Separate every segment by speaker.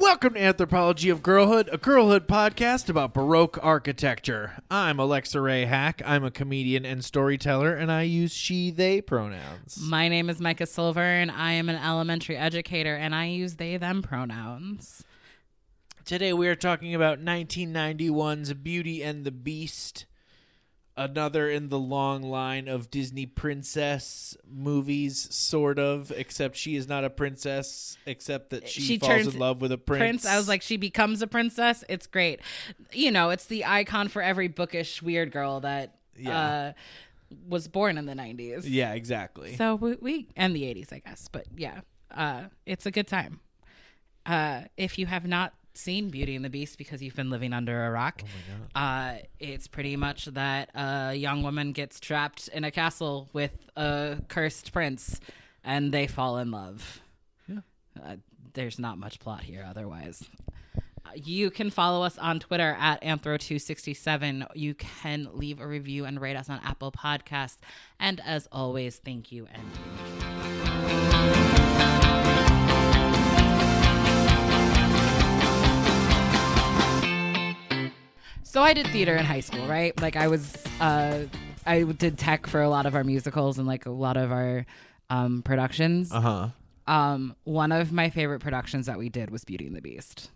Speaker 1: Welcome to Anthropology of Girlhood, a girlhood podcast about Baroque architecture. I'm Alexa Ray Hack. I'm a comedian and storyteller, and I use she, they pronouns.
Speaker 2: My name is Micah Silver, and I am an elementary educator, and I use they, them pronouns.
Speaker 1: Today we are talking about 1991's Beauty and the Beast, another in the long line of Disney princess movies, sort of, except she is not a princess, except that she,
Speaker 2: Eh, She
Speaker 1: falls
Speaker 2: turns
Speaker 1: in love with a prince.
Speaker 2: Prince, I was like, she becomes a princess. It's great. You know, it's the icon for every bookish weird girl that
Speaker 1: Yeah.
Speaker 2: uh, was born in the 90s.
Speaker 1: yeah, exactly.
Speaker 2: So we, we, and the 80s, I guess. But yeah, uh, it's a good time. Uh, if you have not seen Beauty and the Beast because you've been living under a rock, uh, it's pretty much that a young woman gets trapped in a castle with a cursed prince and they fall in love.
Speaker 1: Yeah.
Speaker 2: Uh, there's not much plot here otherwise. Uh, You can follow us on Twitter at Anthro267. You can leave a review and rate us on Apple Podcasts. And as always, thank you and So I did theater in high school, right? Like I was, uh, I did tech for a lot of our musicals and like a lot of our um, productions.
Speaker 1: Uh huh.
Speaker 2: Um, one of my favorite productions that we did was Beauty and the Beast.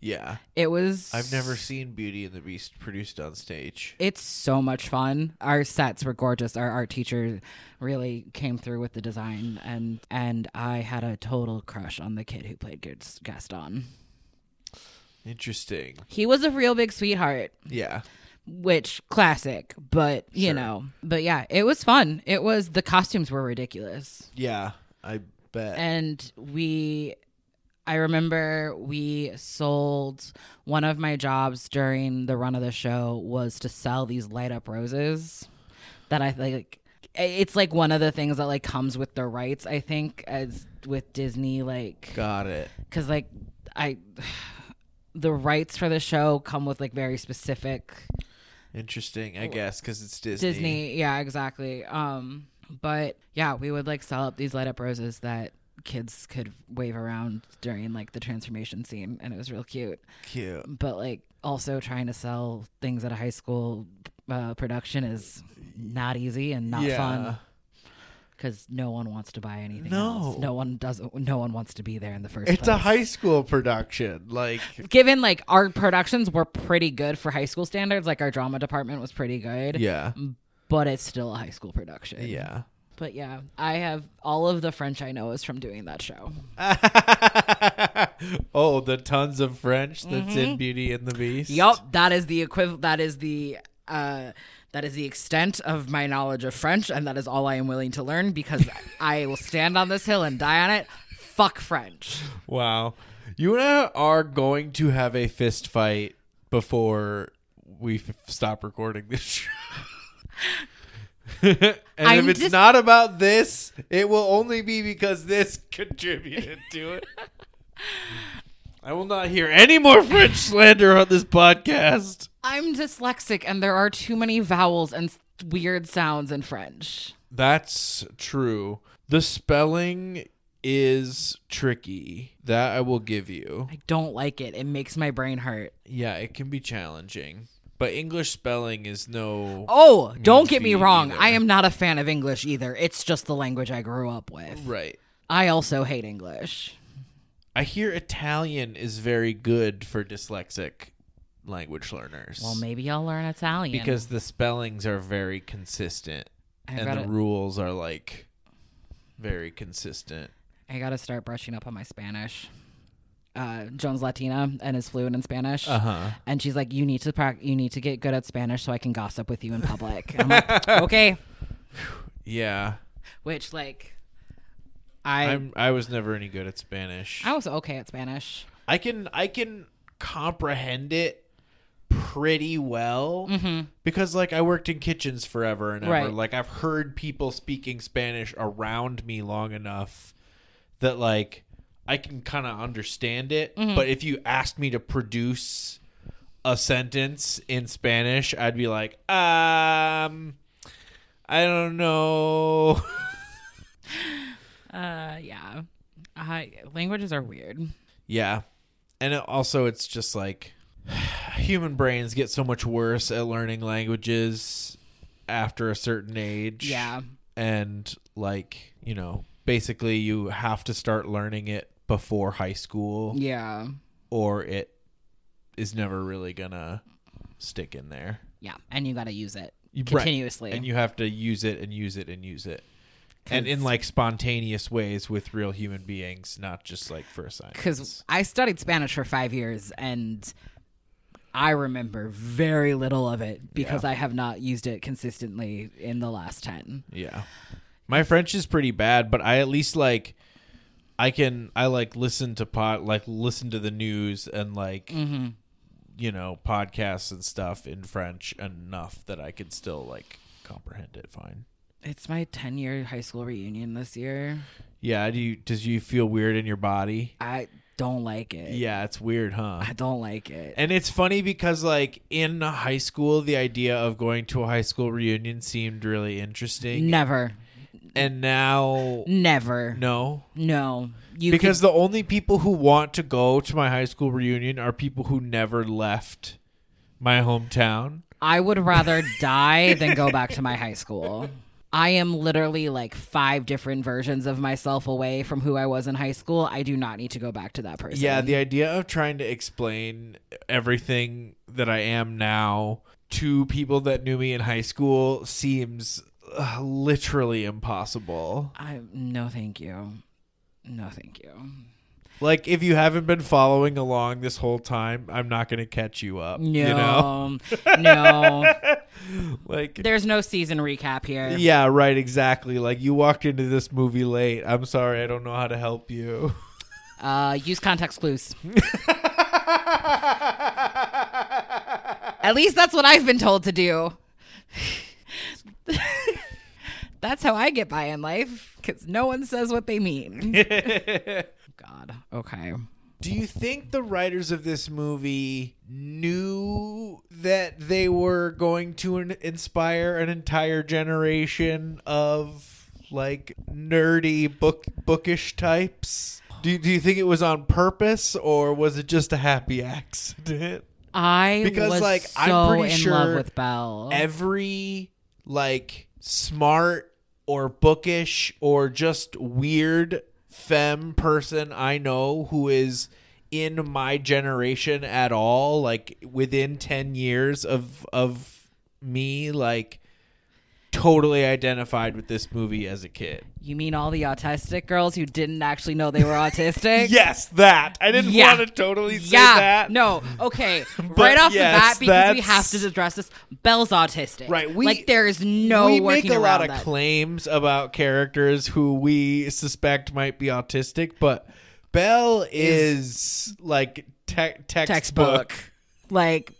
Speaker 1: Yeah.
Speaker 2: It was.
Speaker 1: I've never seen Beauty and the Beast produced on stage.
Speaker 2: It's so much fun. Our sets were gorgeous. Our art teacher really came through with the design, and and I had a total crush on the kid who played Gas- Gaston.
Speaker 1: Interesting.
Speaker 2: He was a real big sweetheart.
Speaker 1: Yeah.
Speaker 2: which classic, but you
Speaker 1: Sure.
Speaker 2: know, but yeah, it was fun. It was the costumes were ridiculous,
Speaker 1: Yeah. I bet.
Speaker 2: and we. I remember we sold one of my jobs during the run of the show was to sell these light up roses that I like. It's like one of the things that like comes with the rights. I think as with Disney, like
Speaker 1: Got it.
Speaker 2: because like I, the rights for the show come with like very specific
Speaker 1: Interesting, I guess, because it's Disney.
Speaker 2: Oh, Disney. Yeah, exactly. Um, but yeah, we would like sell up these light up roses that kids could wave around during like the transformation scene, and it was real cute.
Speaker 1: Cute.
Speaker 2: But like also trying to sell things at a high school uh, production is not easy and not
Speaker 1: yeah.
Speaker 2: fun because no one wants to buy anything.
Speaker 1: No.
Speaker 2: else. no one doesn't. No one wants to be there in the first.
Speaker 1: It's a
Speaker 2: place.
Speaker 1: high school production. Like,
Speaker 2: Given like our productions were pretty good for high school standards, like our drama department was pretty good,
Speaker 1: yeah.
Speaker 2: Mm-hmm. but it's still a high school production.
Speaker 1: Yeah.
Speaker 2: But yeah, I have all of the French I know is from doing that show.
Speaker 1: oh, the tons of French that's in Beauty and the Beast.
Speaker 2: Mm-hmm. Yup, that is the equiv. That is the uh, that is the extent of my knowledge of French, and that is all I am willing to learn because I will stand on this hill and die on it. Fuck French.
Speaker 1: Wow. You and I are going to have a fist fight before we f- stop recording this show. and if
Speaker 2: I'm
Speaker 1: it's
Speaker 2: just-
Speaker 1: not about this, it will only be because this contributed to it. I will not hear any more French slander on this podcast.
Speaker 2: I'm dyslexic, and there are too many vowels and s- weird sounds in French.
Speaker 1: That's true. The spelling is tricky. That I will give you.
Speaker 2: I don't like it. It makes my brain hurt.
Speaker 1: Yeah, it can be challenging. But English spelling is no
Speaker 2: Oh, don't get me
Speaker 1: feet
Speaker 2: wrong.
Speaker 1: either.
Speaker 2: I am not a fan of English either. It's just the language I grew up with.
Speaker 1: right.
Speaker 2: I also hate English.
Speaker 1: I hear Italian is very good for dyslexic language learners.
Speaker 2: Well, maybe I'll learn Italian
Speaker 1: because the spellings are very consistent
Speaker 2: I
Speaker 1: and the
Speaker 2: gotta,
Speaker 1: rules are like very consistent.
Speaker 2: I gotta start brushing up on my Spanish. Uh, Joan's Latina and is fluent in Spanish,
Speaker 1: huh.
Speaker 2: and she's like, "You need to prac- you need to get good at Spanish so I can gossip with you in public." And I'm like, "Okay,"
Speaker 1: Yeah.
Speaker 2: which like, I
Speaker 1: I'm I was never any good at Spanish.
Speaker 2: I was okay at Spanish.
Speaker 1: I can I can comprehend it pretty well because like I worked in kitchens forever and ever.
Speaker 2: Right.
Speaker 1: Like I've heard people speaking Spanish around me long enough that like I can kind of understand it. But if you asked me to produce a sentence in Spanish, I'd be like, um, I don't know.
Speaker 2: Uh, yeah, I, languages are weird.
Speaker 1: yeah. and it- also it's just like human brains get so much worse at learning languages after a certain age.
Speaker 2: Yeah.
Speaker 1: And like, you know, basically you have to start learning it before high school
Speaker 2: Yeah.
Speaker 1: or it is never really going to stick in there.
Speaker 2: Yeah. And you got to use it
Speaker 1: You- right.
Speaker 2: continuously.
Speaker 1: And you have to use it and use it and use it. And in like spontaneous ways with real human beings, not just like for assignments.
Speaker 2: because I studied Spanish for five years and I remember very little of it because I have not used it consistently in the last 10.
Speaker 1: Yeah. My French is pretty bad, but I at least like I can I like listen to pod like listen to the news and like you know podcasts and stuff in French enough that I could still like comprehend it fine.
Speaker 2: It's my 10 year high school reunion this year.
Speaker 1: Yeah, do you does you feel weird in your body?
Speaker 2: I don't like it.
Speaker 1: Yeah, it's weird, huh?
Speaker 2: I don't like it.
Speaker 1: And it's funny because like in high school the idea of going to a high school reunion seemed really interesting.
Speaker 2: Never.
Speaker 1: And now
Speaker 2: Never.
Speaker 1: no.
Speaker 2: No. You
Speaker 1: because the only people who want to go to my high school reunion are people who never left my hometown.
Speaker 2: could- I would rather die than go back to my high school. I am literally like five different versions of myself away from who I was in high school. I do not need to go back to that person.
Speaker 1: Yeah, the idea of trying to explain everything that I am now to people that knew me in high school seems uh, literally impossible.
Speaker 2: I no, thank you. No, thank you.
Speaker 1: Like if you haven't been following along this whole time, I'm not going to catch you up,
Speaker 2: No,
Speaker 1: you know?
Speaker 2: no.
Speaker 1: Like
Speaker 2: There's no season recap here.
Speaker 1: yeah, right, exactly. Like you walked into this movie late. I'm sorry, I don't know how to help you.
Speaker 2: Uh, use context clues. At least that's what I've been told to do. that's how I get by in life because no one says what they mean. God. Okay.
Speaker 1: Do you think the writers of this movie knew that they were going to in- inspire an entire generation of like nerdy book bookish types? Do, do you think it was on purpose or was it just a happy accident?
Speaker 2: I
Speaker 1: Because,
Speaker 2: was
Speaker 1: like,
Speaker 2: so
Speaker 1: I'm pretty
Speaker 2: in
Speaker 1: sure
Speaker 2: love with Belle.
Speaker 1: Uh-huh. every like smart or bookish or just weird femme person I know who is in my generation at all, like within ten years of of me, like totally identified with this movie as a kid.
Speaker 2: you mean all the autistic girls who didn't actually know they were autistic?
Speaker 1: Yes, that. I didn't
Speaker 2: Yeah.
Speaker 1: want to totally say
Speaker 2: yeah.
Speaker 1: that.
Speaker 2: No. Okay. right off
Speaker 1: yes,
Speaker 2: the bat, because we have
Speaker 1: that's-
Speaker 2: to address this. Belle's autistic.
Speaker 1: Right, we-
Speaker 2: like there is no
Speaker 1: we
Speaker 2: working
Speaker 1: make a lot
Speaker 2: around
Speaker 1: of
Speaker 2: that.
Speaker 1: claims about characters who we suspect might be autistic, but Belle is, like te- textbook.
Speaker 2: textbook. Like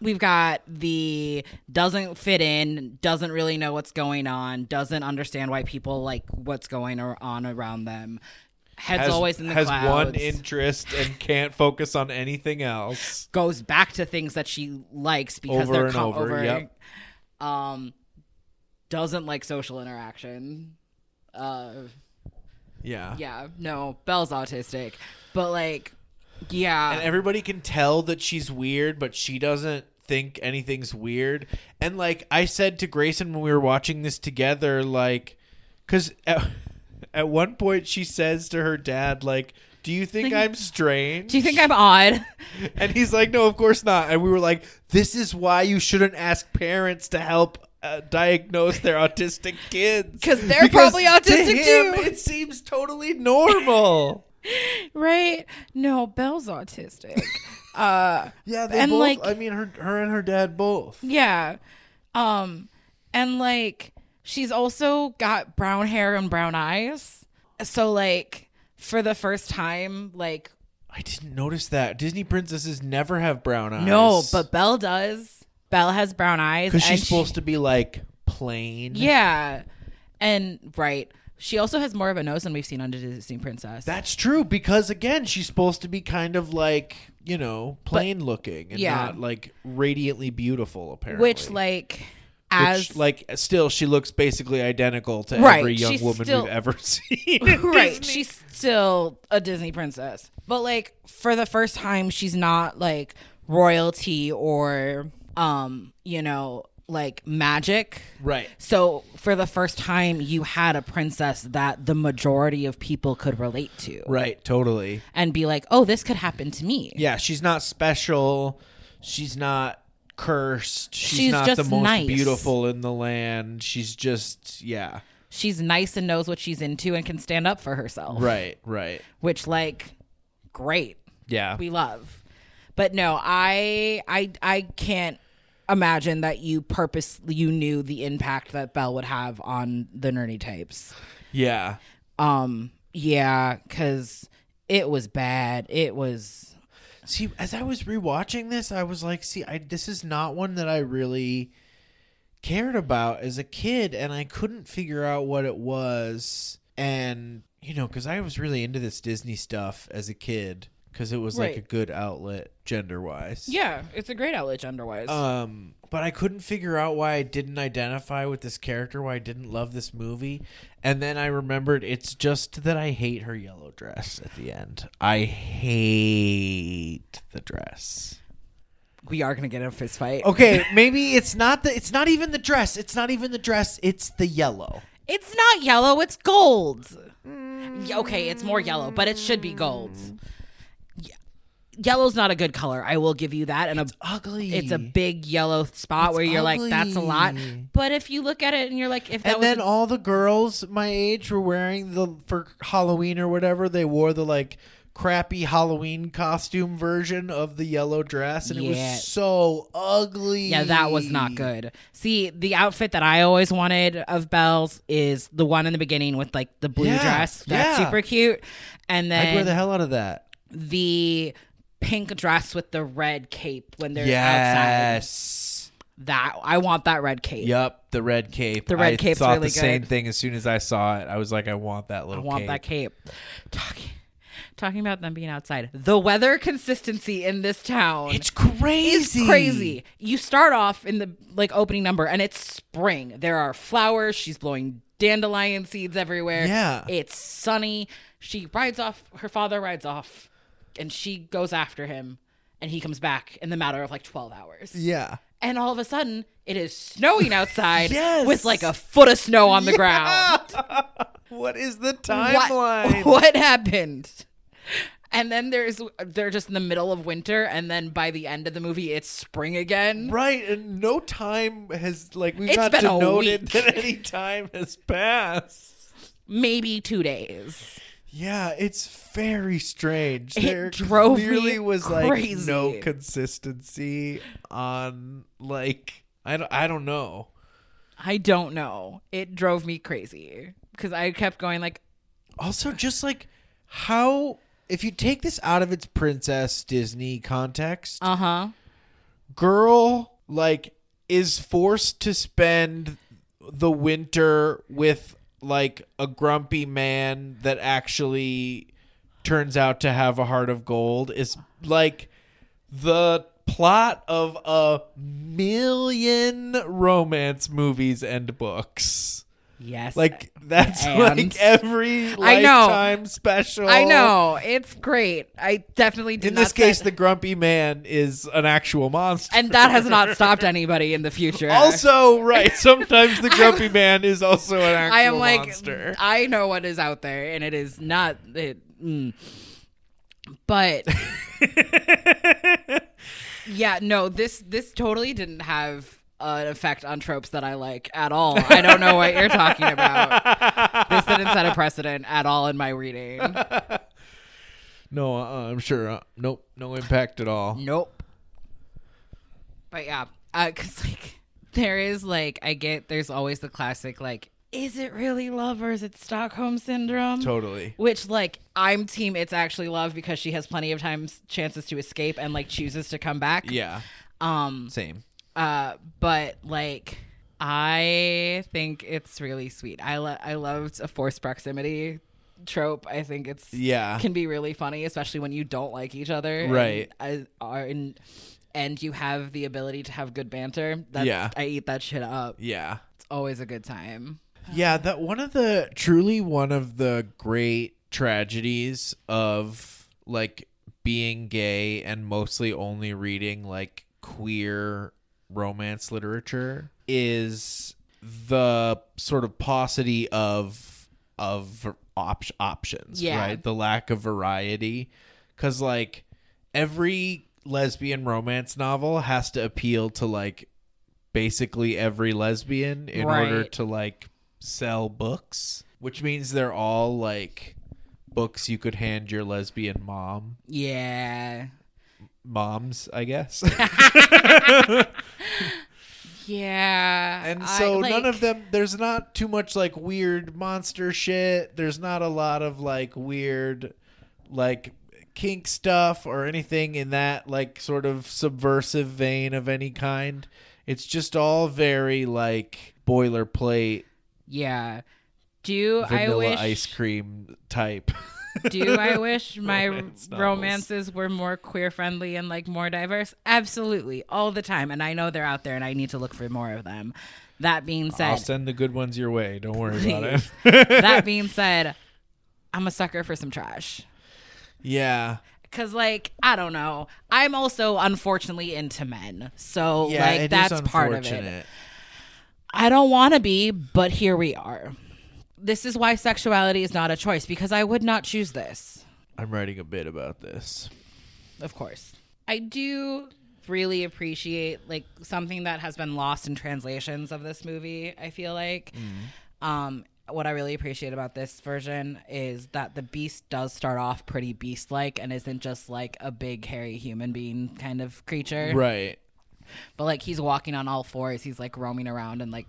Speaker 2: we've got the doesn't fit in, doesn't really know what's going on, doesn't understand why people like what's going ar- on around them. Heads
Speaker 1: Has,
Speaker 2: always in the
Speaker 1: has
Speaker 2: clouds.
Speaker 1: one interest and can't focus on anything else.
Speaker 2: goes back to things that she likes because
Speaker 1: Over
Speaker 2: they're
Speaker 1: and
Speaker 2: co-
Speaker 1: over, yep.
Speaker 2: Um, doesn't like social interaction. Uh,
Speaker 1: Yeah.
Speaker 2: yeah, no, Belle's autistic, but like, yeah,
Speaker 1: And everybody can tell that she's weird, but she doesn't think anything's weird. And like I said to Grayson when we were watching this together, like, because at, at one point she says to her dad, like, "Do you think I'm strange?
Speaker 2: do you think I'm odd?
Speaker 1: And he's like, no, of course not. And we were like, this is why you shouldn't ask parents to help uh, diagnose their autistic kids
Speaker 2: 'Cause they're probably autistic
Speaker 1: to him,
Speaker 2: too.
Speaker 1: It seems totally normal.
Speaker 2: right? No, Belle's autistic. uh,
Speaker 1: yeah, they
Speaker 2: And,
Speaker 1: both.
Speaker 2: like-
Speaker 1: I mean, her, her and her dad both.
Speaker 2: yeah, um, and like she's also got brown hair and brown eyes, so like for the first time, like
Speaker 1: I didn't notice that Disney princesses never have brown eyes.
Speaker 2: No, but Belle does. Belle has brown eyes.
Speaker 1: because she's
Speaker 2: and she-
Speaker 1: supposed to be like plain.
Speaker 2: Yeah. And right. She also has more of a nose than we've seen on Disney Princess.
Speaker 1: That's true because again, she's supposed to be kind of like you know plain looking and
Speaker 2: yeah.
Speaker 1: not like radiantly beautiful. Apparently,
Speaker 2: which like as
Speaker 1: Which, like still she looks basically identical to
Speaker 2: Right,
Speaker 1: every young
Speaker 2: she's
Speaker 1: woman
Speaker 2: still-
Speaker 1: we've ever seen.
Speaker 2: right, she's still a Disney princess. But like for the first time, she's not like royalty or um, you know, like magic.
Speaker 1: Right.
Speaker 2: So for the first time, you had a princess that the majority of people could relate to
Speaker 1: Right. Totally.
Speaker 2: and be like, "Oh, this could happen to me."
Speaker 1: Yeah. She's not special. She's not cursed. She's,
Speaker 2: She's
Speaker 1: not the
Speaker 2: just
Speaker 1: most
Speaker 2: nice.
Speaker 1: beautiful in the land. She's just yeah.
Speaker 2: She's nice and knows what she's into and can stand up for herself.
Speaker 1: Right. Right.
Speaker 2: Which like great.
Speaker 1: Yeah.
Speaker 2: we love. But no, I I I can't imagine that you purpose you knew the impact that Belle would have on the nerdy types.
Speaker 1: yeah.
Speaker 2: Um yeah, cuz it was bad. It was
Speaker 1: See, as I was rewatching this, I was like, see, I this is not one that I really cared about as a kid and I couldn't figure out what it was and you know, cuz I was really into this Disney stuff as a kid cuz it was like
Speaker 2: Right.
Speaker 1: a good outlet gender-wise.
Speaker 2: Yeah, it's a great outlet gender-wise.
Speaker 1: Um, but I couldn't figure out why I didn't identify with this character, why I didn't love this movie. And then I remembered it's just that I hate her yellow dress at the end. I hate the dress.
Speaker 2: we are going to get in a fist fight.
Speaker 1: Okay, maybe it's not the it's not even the dress. It's not even the dress. It's the yellow.
Speaker 2: It's not yellow, it's gold. Y- Okay, it's more yellow, but it should be gold. Ye- Yellow's not a good color. I will give you that. And a
Speaker 1: Ugly.
Speaker 2: it's a big yellow spot
Speaker 1: It's
Speaker 2: where you're like that's a lot
Speaker 1: ugly.
Speaker 2: but if you look at it and you're like if that
Speaker 1: and
Speaker 2: was
Speaker 1: then
Speaker 2: a-
Speaker 1: all the girls my age were wearing the for Halloween or whatever they wore the like crappy Halloween costume version of the yellow dress and it
Speaker 2: Yeah.
Speaker 1: was so ugly.
Speaker 2: yeah that was not good see the outfit that i always wanted of belle's is the one in the beginning with like the blue
Speaker 1: Yeah,
Speaker 2: dress that's
Speaker 1: yeah.
Speaker 2: super cute and
Speaker 1: I'd wear
Speaker 2: then
Speaker 1: the hell out of that.
Speaker 2: the pink dress with the red cape when they're outside
Speaker 1: Yes.
Speaker 2: that i want that red cape
Speaker 1: Yup, the red cape.
Speaker 2: The red
Speaker 1: I
Speaker 2: cape's
Speaker 1: thought
Speaker 2: really
Speaker 1: the same
Speaker 2: good.
Speaker 1: thing as soon as I saw it. I was like, I want that
Speaker 2: i
Speaker 1: little
Speaker 2: want
Speaker 1: cape.
Speaker 2: that cape talking talking about them being outside the weather consistency in this town
Speaker 1: It's crazy.
Speaker 2: It's crazy. You start off in the like opening number and it's spring. There are flowers. She's blowing dandelion seeds everywhere.
Speaker 1: Yeah.
Speaker 2: It's sunny. She rides off. Her father rides off and she goes after him and he comes back in the matter of like 12 hours.
Speaker 1: Yeah.
Speaker 2: And all of a sudden, it is snowing outside
Speaker 1: Yes.
Speaker 2: with like a foot of snow on the ground.
Speaker 1: What is the
Speaker 2: What-
Speaker 1: timeline?
Speaker 2: what happened? And then there's they're just in the middle of winter and then by the end of the movie it's spring again.
Speaker 1: Right, and no time has like we've
Speaker 2: It's
Speaker 1: not
Speaker 2: been a
Speaker 1: denoted
Speaker 2: week.
Speaker 1: that any time has passed.
Speaker 2: maybe two days.
Speaker 1: Yeah, it's very strange.
Speaker 2: It
Speaker 1: there
Speaker 2: drove me
Speaker 1: clearly was like no
Speaker 2: crazy.
Speaker 1: consistency on like I don't I don't know.
Speaker 2: I don't know. It drove me crazy because I kept going like,
Speaker 1: Also, just like how if you take this out of its princess Disney context,
Speaker 2: uh huh.
Speaker 1: girl like is forced to spend the winter with like a grumpy man that actually turns out to have a heart of gold is like the plot of a million romance movies and books
Speaker 2: Yes.
Speaker 1: like that's
Speaker 2: And-
Speaker 1: like every
Speaker 2: I know.
Speaker 1: lifetime special
Speaker 2: I know it's great. I definitely did
Speaker 1: oh. in
Speaker 2: not
Speaker 1: this case
Speaker 2: set-
Speaker 1: the grumpy man is an actual monster
Speaker 2: and that has not stopped anybody in the future.
Speaker 1: Also, right. Sometimes the grumpy man is also an actual
Speaker 2: I am like,
Speaker 1: monster.
Speaker 2: I know what is out there, and it is not it. mm. But yeah, no this this totally didn't have an effect on tropes that I like at all. I don't know what you're talking about. This didn't set a precedent at all in my reading.
Speaker 1: no, uh, I'm sure. Uh, nope, no impact at all.
Speaker 2: Nope. But yeah, because like there is like I get there's always the classic like is it really love or is it Stockholm syndrome?
Speaker 1: Totally.
Speaker 2: Which like I'm team it's actually love because she has plenty of times chances to escape and like chooses to come back.
Speaker 1: Yeah,
Speaker 2: Um
Speaker 1: same.
Speaker 2: uh but like I think it's really sweet. I lo- I loved a forced proximity trope. I think it's
Speaker 1: Yeah.
Speaker 2: can be really funny, especially when you don't like each other.
Speaker 1: Right.
Speaker 2: And, I- are in, and you have the ability to have good banter. That's,
Speaker 1: Yeah.
Speaker 2: I eat that shit up.
Speaker 1: Yeah.
Speaker 2: It's always a good time.
Speaker 1: Yeah, that one of the truly one of the great tragedies of like being gay and mostly only reading like queer romance literature is the sort of paucity of of op- options
Speaker 3: Yeah.
Speaker 1: right the lack of variety cuz like every lesbian romance novel has to appeal to like basically every lesbian in order
Speaker 3: Right.
Speaker 1: to like sell books, which means they're all like books you could hand your lesbian mom,
Speaker 3: Yeah.
Speaker 1: moms, I guess.
Speaker 3: Yeah.
Speaker 1: and
Speaker 3: I-
Speaker 1: so
Speaker 3: like-
Speaker 1: none of them there's not too much like weird monster shit. There's not a lot of like weird like kink stuff or anything in that like sort of subversive vein of any kind. It's just all very like boilerplate
Speaker 3: Yeah. Do I
Speaker 1: vanilla
Speaker 3: wish
Speaker 1: ice cream type.
Speaker 2: Do I wish my
Speaker 1: Romance novels.
Speaker 2: romances were more queer friendly and like more diverse? Absolutely, all the time. And I know they're out there, and I need to look for more of them. That being
Speaker 1: I'll
Speaker 2: said,
Speaker 1: send the good ones your way. Don't worry about
Speaker 2: Please.
Speaker 1: it.
Speaker 2: that being said, I'm a sucker for some trash.
Speaker 1: yeah.
Speaker 2: Cause like I don't know, I'm also unfortunately into men, so
Speaker 1: Yeah, it
Speaker 2: like
Speaker 1: is
Speaker 2: that's part of it.
Speaker 1: unfortunate.
Speaker 2: I don't want to be, but here we are. This is why sexuality is not a choice because I would not choose this.
Speaker 1: I'm writing a bit about this.
Speaker 2: of course. I do really appreciate like something that has been lost in translations of this movie. I feel like um what I really appreciate about this version is that the beast does start off pretty beast like and isn't just like a big hairy human being kind of creature.
Speaker 1: Right.
Speaker 2: But like he's walking on all fours, he's like roaming around and like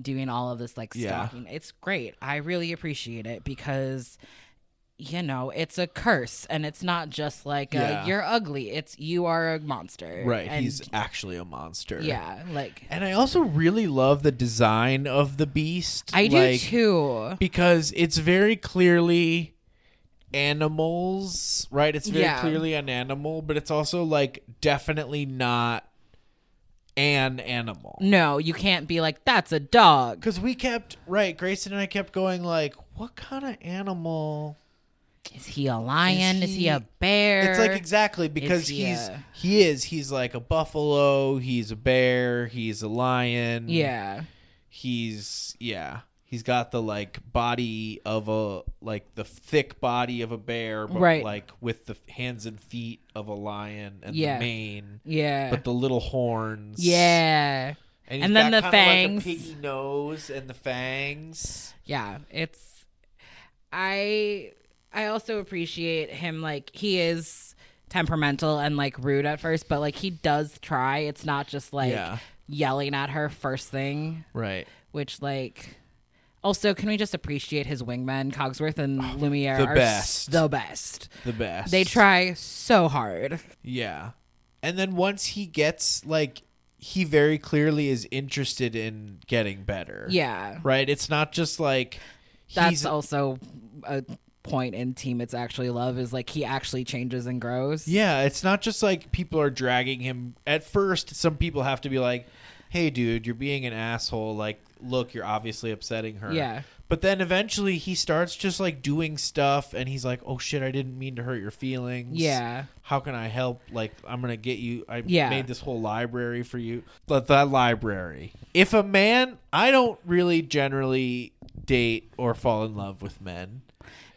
Speaker 2: doing all of this like
Speaker 1: Yeah.
Speaker 2: stalking. It's great. I really appreciate it because you know, it's a curse and it's not just like a,
Speaker 1: Yeah.
Speaker 2: you're ugly. It's you are a monster.
Speaker 1: Right.
Speaker 2: And
Speaker 1: He's actually a monster.
Speaker 2: yeah, like
Speaker 1: And I also really love the design of the beast.
Speaker 2: I do
Speaker 1: like,
Speaker 2: too.
Speaker 1: Because it's very clearly animals, right? It's very
Speaker 2: Yeah.
Speaker 1: clearly an animal, but it's also like definitely not an animal.
Speaker 2: No, you can't be like that's a dog.
Speaker 1: Because we kept right, Grayson and I kept going like, what kind of animal?
Speaker 2: Is he a lion? Is he,
Speaker 1: he-
Speaker 2: a bear?
Speaker 1: It's like exactly because
Speaker 2: he
Speaker 1: he's
Speaker 2: a-
Speaker 1: he is he's like a buffalo, he's a bear, he's a lion.
Speaker 2: yeah.
Speaker 1: he's yeah, he's got the like body of a like the thick body of a bear, but
Speaker 2: Right.
Speaker 1: like with the hands and feet of a lion and the
Speaker 2: Yeah.
Speaker 1: mane,
Speaker 2: Yeah.
Speaker 1: but the little horns.
Speaker 2: yeah.
Speaker 1: and, he's
Speaker 2: and then
Speaker 1: got kinda
Speaker 2: the fangs.
Speaker 1: like a piggy nose, and the fangs.
Speaker 2: yeah it's i i also appreciate him like he is temperamental and like rude at first but like he does try it's not just like
Speaker 1: Yeah.
Speaker 2: yelling at her first thing
Speaker 1: Right,
Speaker 2: which like also can we just appreciate his wingmen cogsworth and lumiere
Speaker 1: Oh, the
Speaker 2: are
Speaker 1: best.
Speaker 2: the best
Speaker 1: the best.
Speaker 2: they try so hard
Speaker 1: Yeah. And then once he gets like he very clearly is interested in getting better.
Speaker 2: yeah
Speaker 1: Right? It's not just like
Speaker 2: that's
Speaker 1: he's
Speaker 2: also a point in team it's actually love is like he actually changes and grows
Speaker 1: Yeah, it's not just like people are dragging him. At first, some people have to be like, "Hey dude, you're being an asshole. Like, look, you're obviously upsetting her."
Speaker 2: Yeah.
Speaker 1: But then eventually he starts just like doing stuff and he's like, "Oh shit, I didn't mean to hurt your feelings."
Speaker 2: yeah
Speaker 1: how can I help? Like, I'm gonna get you. I
Speaker 2: Yeah.
Speaker 1: made this whole library for you. But that library. If a man, I don't really generally date or fall in love with men.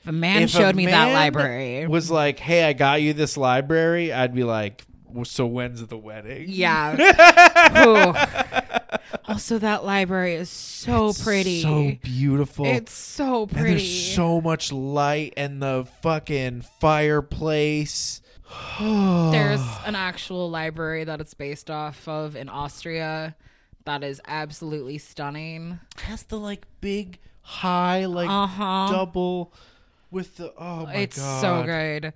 Speaker 2: if a man
Speaker 1: if a
Speaker 2: showed me that
Speaker 1: man
Speaker 2: library
Speaker 1: Was like, hey, I got you this library. I'd be like, "Well, so when's the wedding?
Speaker 2: Yeah. Ooh. Also, that library is so pretty.
Speaker 1: So beautiful.
Speaker 2: it's so
Speaker 1: And
Speaker 2: pretty.
Speaker 1: there's so much light and the fucking fireplace.
Speaker 2: There's an actual library that it's based off of in Austria that is absolutely stunning.
Speaker 1: has the like big high like
Speaker 2: Uh-huh.
Speaker 1: double with the oh my
Speaker 2: it's
Speaker 1: god
Speaker 2: so good.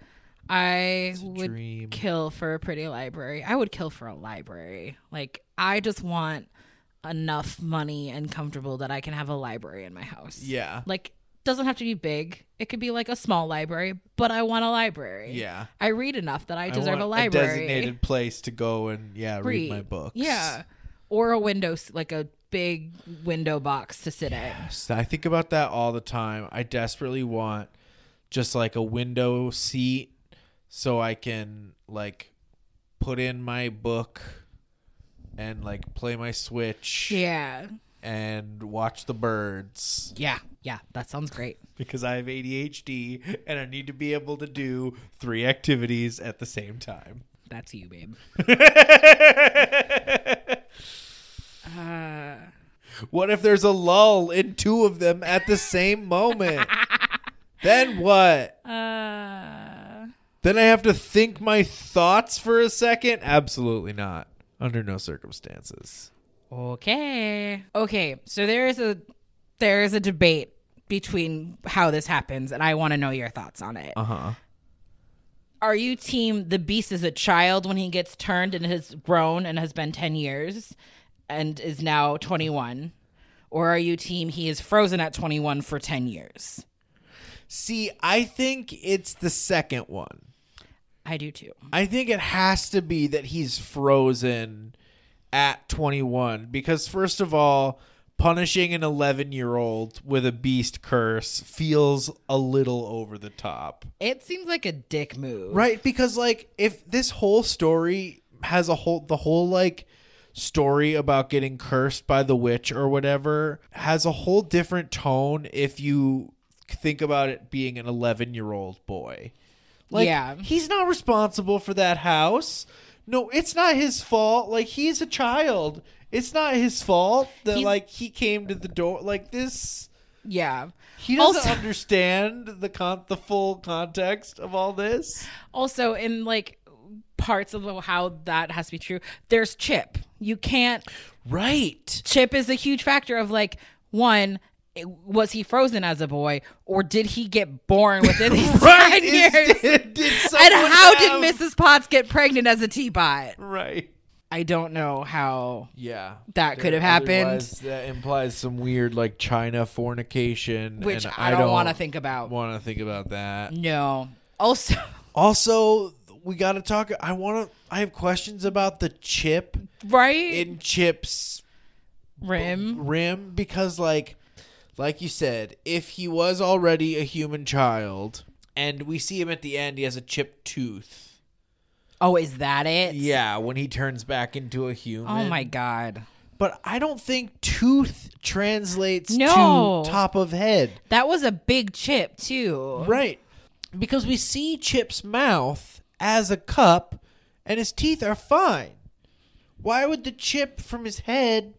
Speaker 2: I
Speaker 1: a
Speaker 2: would
Speaker 1: dream.
Speaker 2: kill for a pretty library. I would kill for a library. Like, I just want enough money and comfortable that I can have a library in my house.
Speaker 1: yeah
Speaker 2: like doesn't have to be big. It could be like a small library, but I want a library.
Speaker 1: yeah
Speaker 2: I read enough that I
Speaker 1: I
Speaker 2: deserve
Speaker 1: want
Speaker 2: a library.
Speaker 1: designated place to go and yeah read, my books
Speaker 2: Yeah. Or a window s- like a big window box to sit in.
Speaker 1: So i think about that all the time i desperately want just like a window seat so I can like put in my book and like play my Switch
Speaker 2: Yeah.
Speaker 1: and watch the birds
Speaker 2: Yeah. Yeah. That sounds great.
Speaker 1: because I have ADHD and I need to be able to do three activities at the same time.
Speaker 2: That's you, babe.
Speaker 1: What if there's a lull in two of them at the same moment? then what?
Speaker 2: Uh,
Speaker 1: Then I have to think my thoughts for a second? Absolutely not. Under no circumstances.
Speaker 2: okay. Okay. So there is a there is a debate between how this happens, and I want to know your thoughts on it.
Speaker 1: Uh huh.
Speaker 2: Are you team the beast is a child when he gets turned and has grown and has been ten years and is now twenty one? Or are you team he is frozen at twenty one for ten years?
Speaker 1: See, I think it's the second one.
Speaker 2: I do too.
Speaker 1: I think it has to be that he's frozen at 21 because first of all, punishing an 11-year-old with a beast curse feels a little over the top.
Speaker 2: It seems like a dick move.
Speaker 1: Right, because like if this whole story has a whole the whole like story about getting cursed by the witch or whatever has a whole different tone if you think about it being an 11-year-old boy. Like
Speaker 2: Yeah.
Speaker 1: he's not responsible for that house. No, it's not his fault. Like he's a child. It's not his fault that
Speaker 2: He's-
Speaker 1: like he came to the door like this
Speaker 2: Yeah.
Speaker 1: he doesn't
Speaker 2: Also-
Speaker 1: understand the con- the full context of all this.
Speaker 2: also in like parts of how that has to be true there's chip you can't
Speaker 1: Right.
Speaker 2: chip is a huge factor of like one it- was he frozen as a boy or did he get born within these 10
Speaker 1: is-
Speaker 2: years
Speaker 1: Did, did
Speaker 2: and
Speaker 1: someone
Speaker 2: how
Speaker 1: have-
Speaker 2: did mrs potts get pregnant as a teapot
Speaker 1: Right.
Speaker 2: i don't know how
Speaker 1: Yeah.
Speaker 2: That could have happened.
Speaker 1: Otherwise, That implies some weird like China fornication,
Speaker 2: which
Speaker 1: and
Speaker 2: i don't want to think about
Speaker 1: Want to think about that?
Speaker 2: no also
Speaker 1: Also, we got to talk. I want to. I have questions about the chip
Speaker 2: right
Speaker 1: in Chip's
Speaker 2: rim
Speaker 1: rim because like like you said if he was already a human child and we see him at the end he has a chipped tooth
Speaker 2: oh is that it
Speaker 1: yeah when he turns back into a human
Speaker 2: oh my god
Speaker 1: but i don't think tooth translates
Speaker 2: No.
Speaker 1: to top of head
Speaker 2: that was a big chip too
Speaker 1: right because we see chip's mouth as a cup and his teeth are fine why would the chip from his head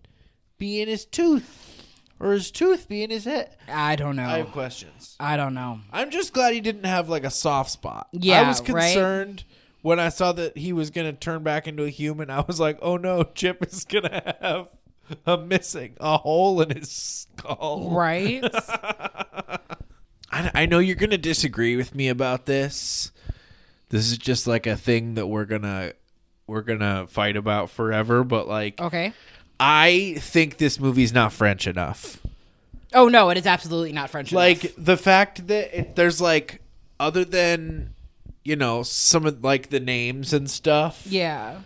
Speaker 1: be in his tooth or his tooth be in his head
Speaker 2: i don't know
Speaker 1: i have questions
Speaker 2: I don't know.
Speaker 1: I'm just glad he didn't have like a soft spot. I
Speaker 2: Yeah,
Speaker 1: was
Speaker 2: right?
Speaker 1: concerned when I saw that he was gonna turn back into a human. I was like, oh no, Chip is gonna have a missing a hole in his skull.
Speaker 2: Right?
Speaker 1: I, I know you're gonna disagree with me about this. This is just like a thing that we're gonna we're gonna fight about forever. But like,
Speaker 2: okay.
Speaker 1: I think this movie's not French enough.
Speaker 2: Oh no, it is absolutely not French.
Speaker 1: like
Speaker 2: enough.
Speaker 1: the fact that it, there's like other than you know some of like the names and stuff
Speaker 2: yeah.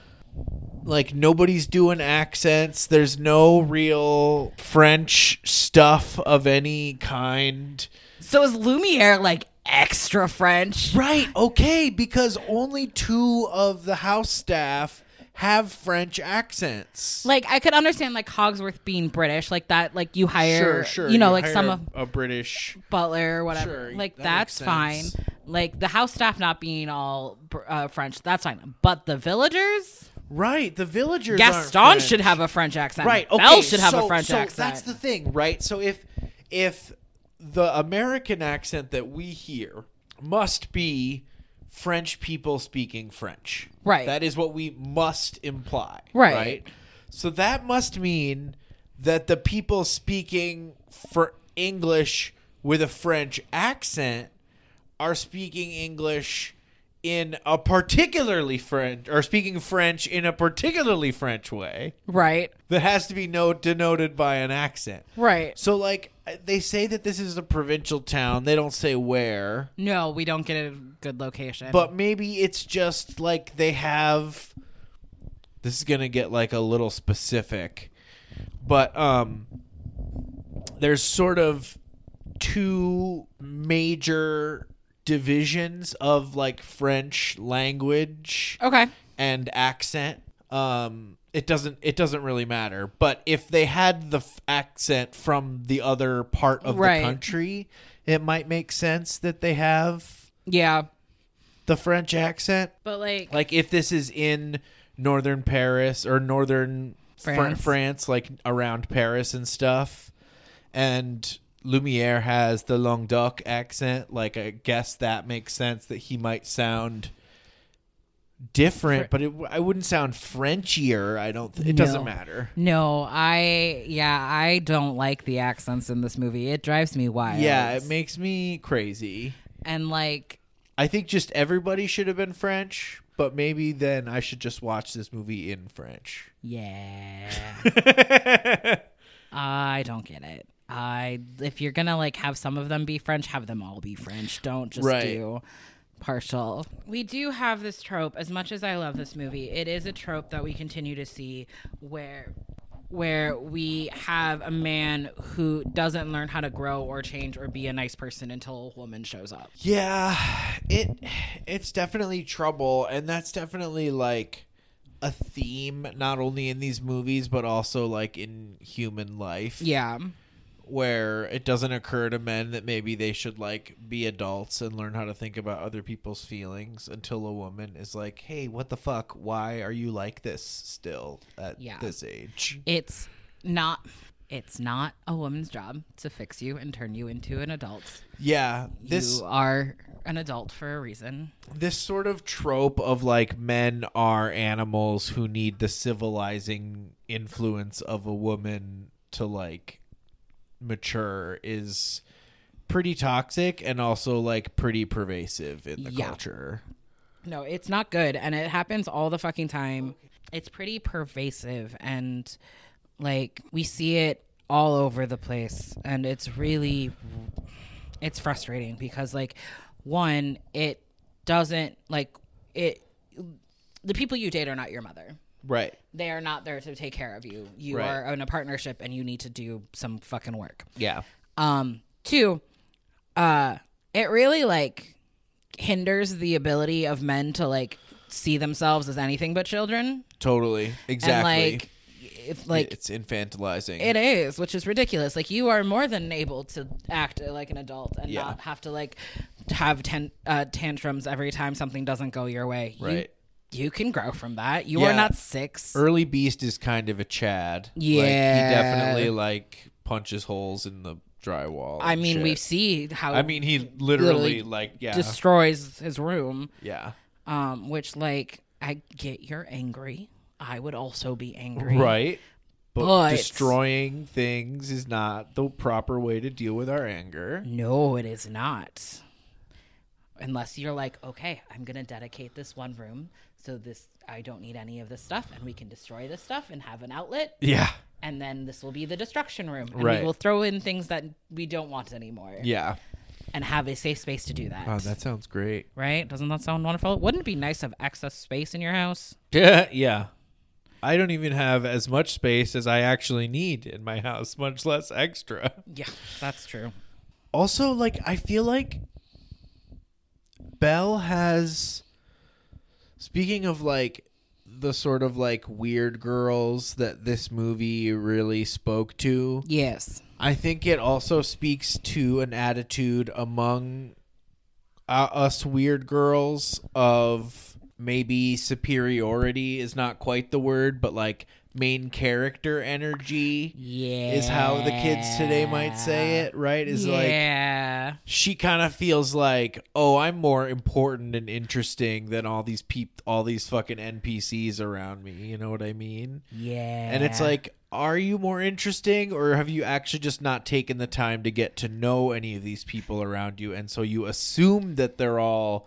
Speaker 1: like nobody's doing accents there's no real french stuff of any kind
Speaker 2: So is Lumiere like extra French?
Speaker 1: right okay because only two of the house staff have french accents
Speaker 2: Like I could understand like Hogsworth being British, like that, like you
Speaker 1: sure
Speaker 2: hire,
Speaker 1: sure
Speaker 2: you know,
Speaker 1: you
Speaker 2: like
Speaker 1: hire
Speaker 2: some
Speaker 1: a-
Speaker 2: of
Speaker 1: a british
Speaker 2: Butler or whatever.
Speaker 1: Sure,
Speaker 2: like
Speaker 1: that
Speaker 2: that's
Speaker 1: makes
Speaker 2: fine.
Speaker 1: sense.
Speaker 2: Like the house staff not being all br- uh, French, that's fine. But the villagers,
Speaker 1: right the villagers aren't
Speaker 2: Gaston should
Speaker 1: French.
Speaker 2: have a French accent.
Speaker 1: Right. Okay.
Speaker 2: Belle should have a
Speaker 1: so-
Speaker 2: French
Speaker 1: so
Speaker 2: accent.
Speaker 1: That's the thing, right? So if if the American accent that we hear must be French people speaking French.
Speaker 2: Right.
Speaker 1: That is what we must imply.
Speaker 2: Right.
Speaker 1: So that must mean that the people speaking for English with a French accent are speaking English in a particularly French or speaking French in a particularly French way
Speaker 2: right.
Speaker 1: that has to be no- denoted by an accent.
Speaker 2: Right.
Speaker 1: So, like, they say that this is a provincial town. They don't say where,
Speaker 2: No, we don't get a good location.
Speaker 1: but maybe it's just like they have. This is gonna get like a little specific, but um, there's sort of two major divisions of like French language
Speaker 2: Okay.
Speaker 1: and accent. Um, it doesn't it doesn't really matter. But if they had the f- accent from the other part of
Speaker 2: Right.
Speaker 1: the country, it might make sense that they have
Speaker 2: Yeah.
Speaker 1: the French accent.
Speaker 2: But like,
Speaker 1: Like if this is in northern Paris or northern Fr-
Speaker 2: France.
Speaker 1: France like around Paris and stuff, and Lumiere has the Languedoc accent. Like I guess that makes sense that he might sound different, but it, I wouldn't sound Frenchier. I don't. Th- it
Speaker 2: No.
Speaker 1: doesn't matter.
Speaker 2: no, I yeah, I don't like the accents in this movie. It drives me wild.
Speaker 1: Yeah, it makes me crazy.
Speaker 2: and like
Speaker 1: I think just everybody should have been French, but maybe then I should just watch this movie in French.
Speaker 2: yeah. I don't get it. I if you're gonna like have some of them be French, have them all be French. Don't just
Speaker 1: Right.
Speaker 2: do partial. We do have this trope. As much as I love this movie, it is a trope that we continue to see where where we have a man who doesn't learn how to grow or change or be a nice person until a woman shows up.
Speaker 1: Yeah, it it's definitely trouble, and that's definitely like a theme not only in these movies but also like in human life.
Speaker 2: Yeah.
Speaker 1: where it doesn't occur to men that maybe they should like be adults and learn how to think about other people's feelings until a woman is like, "Hey, what the fuck? Why are you like this still at
Speaker 2: Yeah.
Speaker 1: this age?"
Speaker 2: It's not it's not a woman's job to fix you and turn you into an adult.
Speaker 1: Yeah, this
Speaker 2: you are an adult for a reason.
Speaker 1: this sort of trope of like men are animals who need the civilizing influence of a woman to like mature is pretty toxic and also like pretty pervasive in the
Speaker 2: Yeah.
Speaker 1: culture.
Speaker 2: No, it's not good and it happens all the fucking time. It's pretty pervasive and like we see it all over the place and it's really it's frustrating because like one it doesn't like it the people you date are not your mother.
Speaker 1: Right.
Speaker 2: They are not there to take care of you. You
Speaker 1: Right.
Speaker 2: are in a partnership and you need to do some fucking work.
Speaker 1: Yeah.
Speaker 2: Um, two, uh, it really like hinders the ability of men to like see themselves as anything but children.
Speaker 1: Totally. Exactly.
Speaker 2: And like, if like
Speaker 1: it's infantilizing.
Speaker 2: it is, which is ridiculous. Like you are more than able to act like an adult and
Speaker 1: Yeah.
Speaker 2: not have to like have tan- uh, tantrums every time something doesn't go your way. You-
Speaker 1: Right.
Speaker 2: You can grow from that. You are
Speaker 1: Yeah.
Speaker 2: not six.
Speaker 1: Early Beast is kind of a Chad. Like, he
Speaker 2: Yeah.
Speaker 1: definitely like punches holes in the drywall.
Speaker 2: I
Speaker 1: and
Speaker 2: mean,
Speaker 1: shit.
Speaker 2: we see how
Speaker 1: I mean, he literally
Speaker 2: Literally
Speaker 1: like yeah.
Speaker 2: destroys his room.
Speaker 1: yeah.
Speaker 2: um, which like I get you're angry. I would also be angry.
Speaker 1: Right. But,
Speaker 2: But-
Speaker 1: destroying things is not the proper way to deal with our anger.
Speaker 2: No, it is not. Unless you're like, okay, I'm gonna dedicate this one room so this I don't need any of this stuff and we can destroy this stuff and have an outlet
Speaker 1: Yeah.
Speaker 2: and then this will be the destruction room. And
Speaker 1: Right.
Speaker 2: we will throw in things that we don't want anymore
Speaker 1: Yeah.
Speaker 2: and have a safe space to do that.
Speaker 1: Oh, that sounds great.
Speaker 2: right? Doesn't that sound wonderful? Wouldn't it be nice to have excess space in your house?
Speaker 1: Yeah. Yeah. I don't even have as much space as I actually need in my house, much less extra.
Speaker 2: Yeah, that's true.
Speaker 1: also like i feel like belle has speaking of like the sort of like weird girls that this movie really spoke to
Speaker 2: Yes.
Speaker 1: i think it also speaks to an attitude among uh, us weird girls of maybe superiority is not quite the word but like main character energy
Speaker 2: Yeah.
Speaker 1: is how the kids today might say it right is like
Speaker 2: yeah.
Speaker 1: she kind of feels like, oh, I'm more important and interesting than all these peop, all these fucking NPCs around me. You know what I mean?
Speaker 2: Yeah.
Speaker 1: And it's like, are you more interesting, or have you actually just not taken the time to get to know any of these people around you, and so you assume that they're all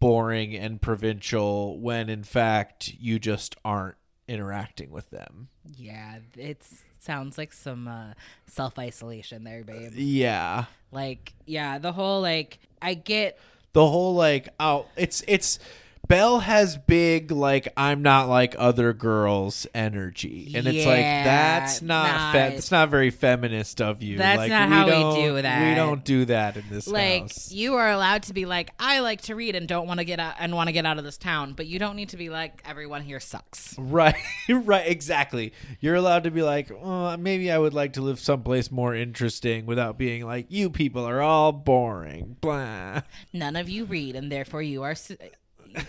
Speaker 1: boring and provincial when in fact you just aren't interacting with them?
Speaker 2: yeah, it sounds like some uh, self isolation there,
Speaker 1: Uh,
Speaker 2: babe.
Speaker 1: Yeah.
Speaker 2: Like, yeah, the whole like, I get
Speaker 1: the whole like oh it's it's Belle has big like I'm not like other girls energy, and it's like
Speaker 2: Yeah,
Speaker 1: that's not, fe-
Speaker 2: not-
Speaker 1: that's not very feminist of you.
Speaker 2: That's
Speaker 1: like,
Speaker 2: not
Speaker 1: we
Speaker 2: how we
Speaker 1: don't-
Speaker 2: do that.
Speaker 1: We don't do that in this
Speaker 2: like
Speaker 1: house.
Speaker 2: you are allowed to be like I like to read and don't want to get out and want to get out of this town, but you don't need to be like everyone here sucks.
Speaker 1: Right, right, exactly. You're allowed to be like, oh, maybe I would like to live someplace more interesting without being like, you people are all boring. Blah.
Speaker 2: None of you read and therefore you are s- uh,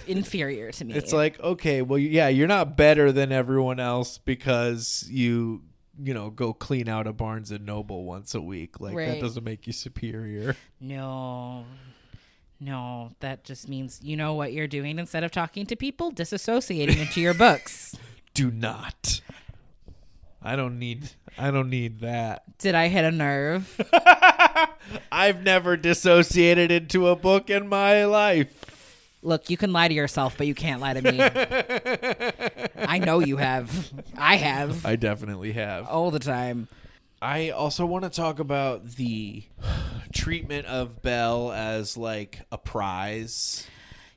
Speaker 2: inferior to me.
Speaker 1: It's like, okay, well, yeah, you're not better than everyone else because you, you know, go clean out a Barnes and Noble once a week. Like that
Speaker 2: Right.
Speaker 1: doesn't make you superior.
Speaker 2: no. No, that just means you know what you're doing instead of talking to people, disassociating into your books.
Speaker 1: Do not. I don't need. I don't need that.
Speaker 2: Did I hit a nerve?
Speaker 1: I've never dissociated into a book in my life.
Speaker 2: Look, you can lie to yourself, but you can't lie to me. I know you have. I have
Speaker 1: I definitely have.
Speaker 2: all the time.
Speaker 1: I also want to talk about the treatment of Belle as like a prize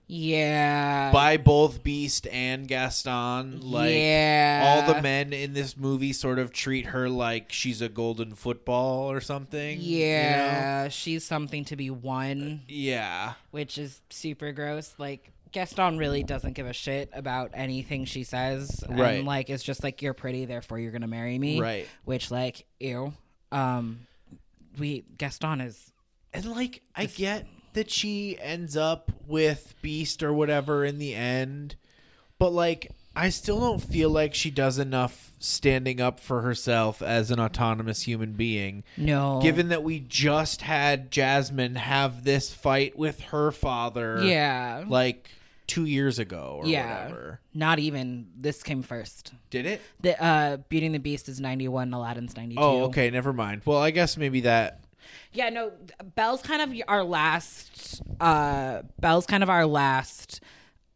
Speaker 2: Yeah.
Speaker 1: by both Beast and Gaston. Like
Speaker 2: yeah.
Speaker 1: all the men in this movie sort of treat her like she's a golden football or something. you know?
Speaker 2: Yeah, she's something to be won,
Speaker 1: Yeah.
Speaker 2: which is super gross. Like Gaston really doesn't give a shit about anything she says,
Speaker 1: Right.
Speaker 2: And like it's just like you're pretty, therefore you're gonna marry me,
Speaker 1: Right.
Speaker 2: Which like ew. Um, we Gaston is
Speaker 1: And like I get that she ends up with Beast or whatever in the end, but like I still don't feel like she does enough standing up for herself as an autonomous human being.
Speaker 2: no
Speaker 1: Given that we just had Jasmine have this fight with her father
Speaker 2: Yeah,
Speaker 1: like 2 years ago or
Speaker 2: Yeah.
Speaker 1: whatever.
Speaker 2: not even this came first.
Speaker 1: Did it?
Speaker 2: The uh, Beauty and the Beast is ninety one, Aladdin's ninety two.
Speaker 1: Oh, okay, never mind. Well, I guess maybe that
Speaker 2: Yeah, no, Belle's kind of our last uh Belle's kind of our last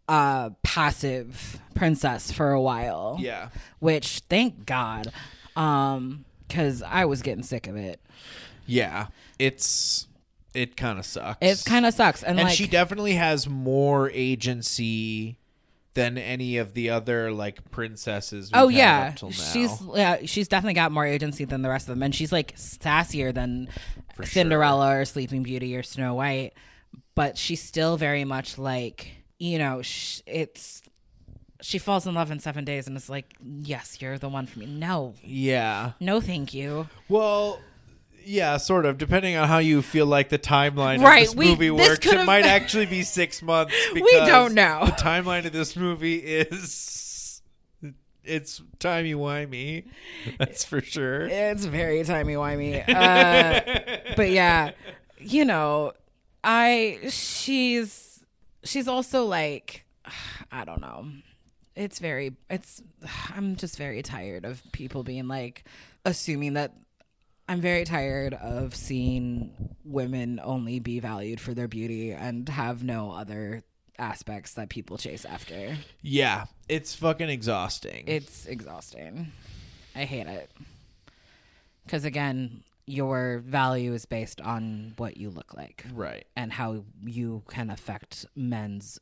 Speaker 2: uh passive princess for a while.
Speaker 1: yeah.
Speaker 2: Which thank God. Um cuz I was getting sick of it.
Speaker 1: Yeah. It's it kind of sucks.
Speaker 2: It kind of sucks. And,
Speaker 1: and
Speaker 2: like
Speaker 1: she definitely has more agency than any of the other like princesses. We've
Speaker 2: Oh
Speaker 1: had
Speaker 2: yeah.
Speaker 1: up till now.
Speaker 2: She's yeah, she's definitely got more agency than the rest of them and she's like sassier than Cinderella or Sleeping Beauty or Snow White, but she's still very much like, you know, sh- it's she falls in love in 7 days and it's like, "Yes, you're the one for me." No.
Speaker 1: yeah.
Speaker 2: No, thank you.
Speaker 1: Well, yeah, sort of. Depending on how you feel like the timeline
Speaker 2: Right,
Speaker 1: of this
Speaker 2: we-
Speaker 1: movie
Speaker 2: this
Speaker 1: works,
Speaker 2: could've
Speaker 1: it might
Speaker 2: been-
Speaker 1: actually be six months. Because
Speaker 2: don't know.
Speaker 1: The timeline of this movie is it's timey wimey. That's for sure.
Speaker 2: It's very timey wimey. Uh, but yeah, you know, I she's she's also like I don't know. It's very it's I'm just very tired of people being like assuming that I'm very tired of seeing women only be valued for their beauty and have no other aspects that people chase after.
Speaker 1: Yeah, it's fucking exhausting.
Speaker 2: It's exhausting. I hate it. Because again, your value is based on what you look like
Speaker 1: right.
Speaker 2: and how you can affect men's.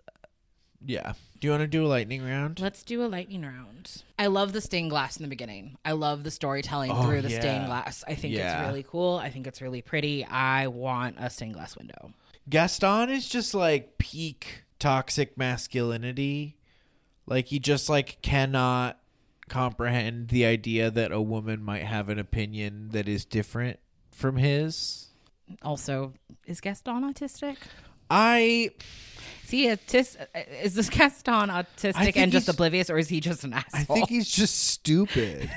Speaker 1: Yeah. Do you want to do a lightning round?
Speaker 2: Let's do a lightning round. I love the stained glass in the beginning. I love the storytelling
Speaker 1: Oh,
Speaker 2: through the
Speaker 1: yeah.
Speaker 2: stained glass. I think
Speaker 1: Yeah.
Speaker 2: it's really cool. I think it's really pretty. I want a stained glass window.
Speaker 1: Gaston is just like peak toxic masculinity. Like he just like cannot comprehend the idea that a woman might have an opinion that is different from his.
Speaker 2: Also, is Gaston autistic?
Speaker 1: I
Speaker 2: Is he autis- Is this Gaston autistic
Speaker 1: think
Speaker 2: and just
Speaker 1: he's-
Speaker 2: oblivious, or is he just an asshole?
Speaker 1: I think he's just stupid.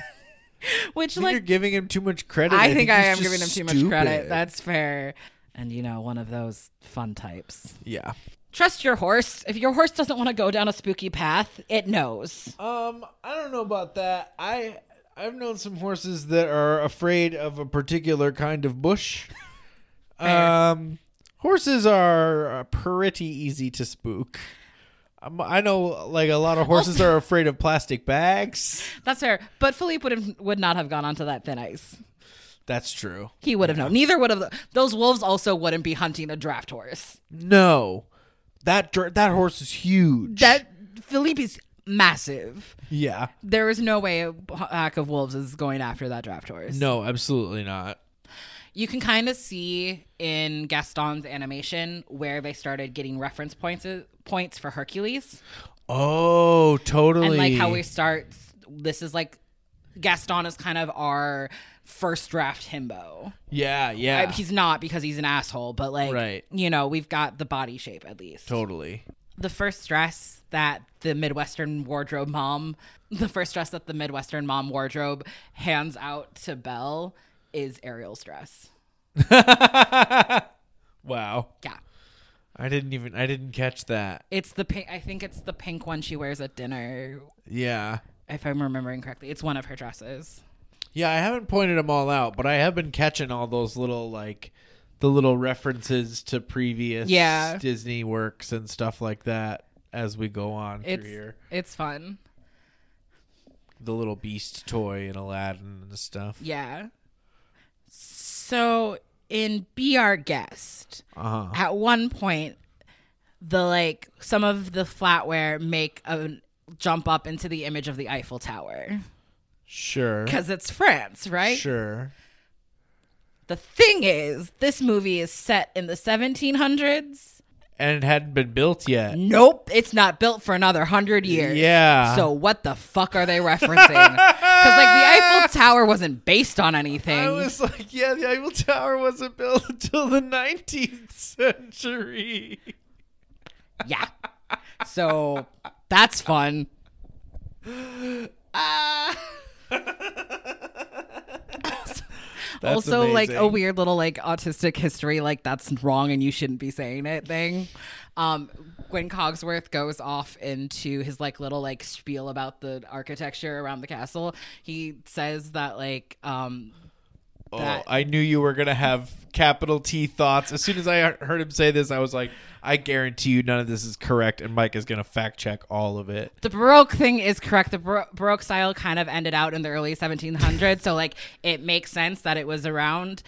Speaker 2: Which
Speaker 1: I think
Speaker 2: like
Speaker 1: you're giving him too much credit.
Speaker 2: I think I
Speaker 1: he's
Speaker 2: am
Speaker 1: just
Speaker 2: giving him too much
Speaker 1: stupid.
Speaker 2: credit. That's fair. And you know, one of those fun types.
Speaker 1: yeah.
Speaker 2: Trust your horse. If your horse doesn't want to go down a spooky path, it knows.
Speaker 1: Um, I don't know about that. I I've known some horses that are afraid of a particular kind of bush. um, horses are uh, pretty easy to spook. Um, I know, like a lot of horses are afraid of plastic bags.
Speaker 2: That's fair. But Philippe would have, would not have gone onto that thin ice.
Speaker 1: That's true.
Speaker 2: He would have known. Neither would have. Those wolves also wouldn't be hunting a draft horse.
Speaker 1: No, That dr- that horse is huge.
Speaker 3: That Philippe is massive.
Speaker 1: yeah.
Speaker 3: There is no way a pack of wolves is going after that draft horse.
Speaker 1: No, absolutely not.
Speaker 2: You can kind of see in Gaston's animation where they started getting reference points points for Hercules,
Speaker 1: Oh, totally.
Speaker 2: and like how we start. This is like Gaston is kind of our first draft himbo.
Speaker 1: Yeah,
Speaker 2: I-
Speaker 1: yeah.
Speaker 2: he's not because he's an asshole, but like
Speaker 1: Right.
Speaker 2: you know, we've got the body shape at least.
Speaker 1: totally.
Speaker 2: The first dress that the Midwestern wardrobe mom, the first dress that the Midwestern mom wardrobe hands out to Belle is Ariel's dress.
Speaker 1: Wow.
Speaker 2: Yeah.
Speaker 1: I didn't even I didn't catch that.
Speaker 2: It's the pink I think it's the pink one she wears at dinner,
Speaker 1: Yeah.
Speaker 2: if I'm remembering correctly. It's one of her dresses.
Speaker 1: Yeah, I haven't pointed them all out, but I have been catching all those little like the little references to previous
Speaker 2: Yeah.
Speaker 1: Disney works and stuff like that as we go on
Speaker 2: It's
Speaker 1: through here.
Speaker 2: it's fun.
Speaker 1: The little beast toy and Aladdin and stuff.
Speaker 2: Yeah. So in Be Our Guest,
Speaker 1: Uh-huh.
Speaker 2: at one point the like some of the flatware make a jump up into the image of the Eiffel Tower
Speaker 1: Sure.
Speaker 2: because it's France, right?
Speaker 1: Sure.
Speaker 2: The thing is, this movie is set in the 1700s.
Speaker 1: And it hadn't been built yet.
Speaker 2: Nope, it's not built for another 100 years.
Speaker 1: Yeah.
Speaker 2: So what the fuck are they referencing? Cuz like the Eiffel Tower wasn't based on anything.
Speaker 1: I was like, yeah, the Eiffel Tower wasn't built until the 19th century.
Speaker 2: Yeah. So that's fun.
Speaker 1: That's
Speaker 2: also like a
Speaker 1: amazing.
Speaker 2: weird little like autistic history like that's wrong and you shouldn't be saying it thing um when cogsworth goes off into his like little like spiel about the architecture around the castle he says that like um
Speaker 1: Oh,
Speaker 2: that-
Speaker 1: I knew you were gonna have capital T thoughts. As soon as I he- heard him say this, I was like, I guarantee you none of this is correct, and Mike is gonna fact check all of it.
Speaker 2: the baroque thing is correct the Bar- baroque style kind of ended out in the early 1700s so like it makes sense that it was around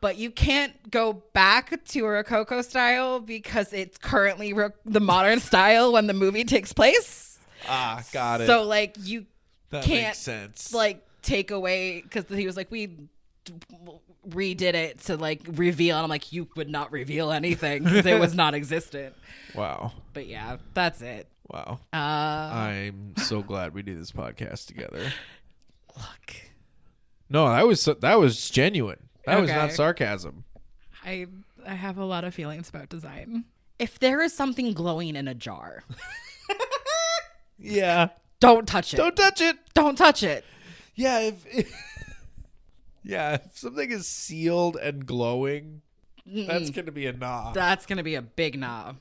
Speaker 2: but you can't go back to a rococo style because it's currently ro- the modern style when the movie takes place
Speaker 1: Ah, got it.
Speaker 2: So like you
Speaker 1: that
Speaker 2: can't,
Speaker 1: makes sense.
Speaker 2: like take away because he was like we d- redid it to like reveal and I'm like you would not reveal anything 'cause it was not existent.
Speaker 1: wow,
Speaker 2: But yeah, that's it.
Speaker 1: wow.
Speaker 2: Uh,
Speaker 1: I'm so glad we do this podcast together.
Speaker 2: look,
Speaker 1: No, that was so, that was genuine. That was not
Speaker 2: Okay.
Speaker 1: sarcasm.
Speaker 2: I I have a lot of feelings about design. If there is something glowing in a jar,
Speaker 1: Yeah,
Speaker 2: don't touch it. Don't,
Speaker 1: don't touch it.
Speaker 2: touch it.
Speaker 1: Yeah, if, yeah, if something is sealed and glowing, that's gonna be a nah.
Speaker 2: That's gonna be a big knob.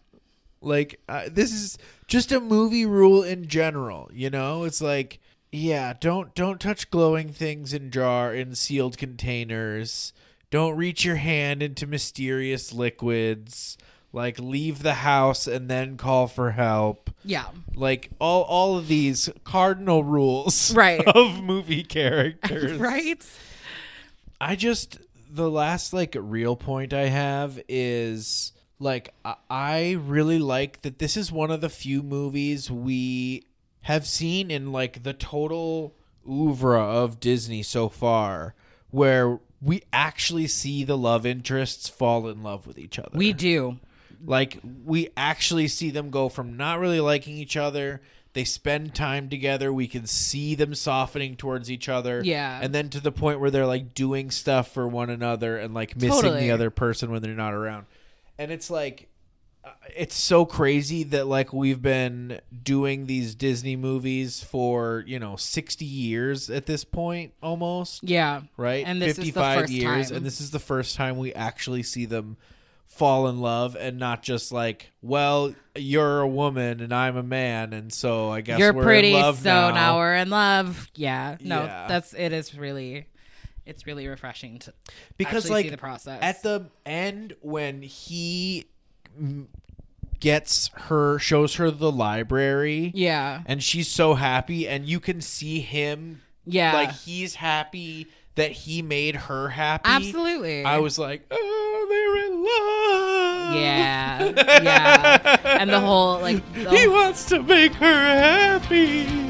Speaker 1: Like uh, this is just a movie rule in general, you know? It's like yeah, don't don't touch glowing things in jar in sealed containers. Don't reach your hand into mysterious liquids. Like leave the house and then call for help.
Speaker 2: Yeah.
Speaker 1: Like all all of these cardinal rules
Speaker 2: Right.
Speaker 1: of movie characters.
Speaker 2: Right?
Speaker 1: I just the last like real point I have is like I- I really like that this is one of the few movies we have seen in like the total oeuvre of Disney so far where we actually see the love interests fall in love with each other.
Speaker 2: We do.
Speaker 1: Like we actually see them go from not really liking each other. They spend time together. We can see them softening towards each other.
Speaker 2: Yeah.
Speaker 1: And then to the point where they're like doing stuff for one another and like missing
Speaker 2: Totally.
Speaker 1: the other person when they're not around. And it's like uh, it's so crazy that like we've been doing these Disney movies for, you know, 60 years at this point almost
Speaker 2: Yeah.
Speaker 1: right?
Speaker 2: And this is the first
Speaker 1: years,
Speaker 2: time.
Speaker 1: and this is the first time we actually see them fall in love and not just like, well, you're a woman and I'm a man, and so I guess
Speaker 2: you're
Speaker 1: we're
Speaker 2: pretty
Speaker 1: in love
Speaker 2: so now. we're in love yeah no
Speaker 1: Yeah.
Speaker 2: that's it is really it's really refreshing to
Speaker 1: because
Speaker 2: actually
Speaker 1: like
Speaker 2: see the process
Speaker 1: at the end when he mm, gets her, shows her the library,
Speaker 2: yeah
Speaker 1: and she's so happy, and you can see him
Speaker 2: yeah
Speaker 1: like he's happy that he made her happy.
Speaker 2: absolutely
Speaker 1: I was like, oh, they're in love.
Speaker 2: Yeah. Yeah. And the whole like the
Speaker 1: He wants to make her happy.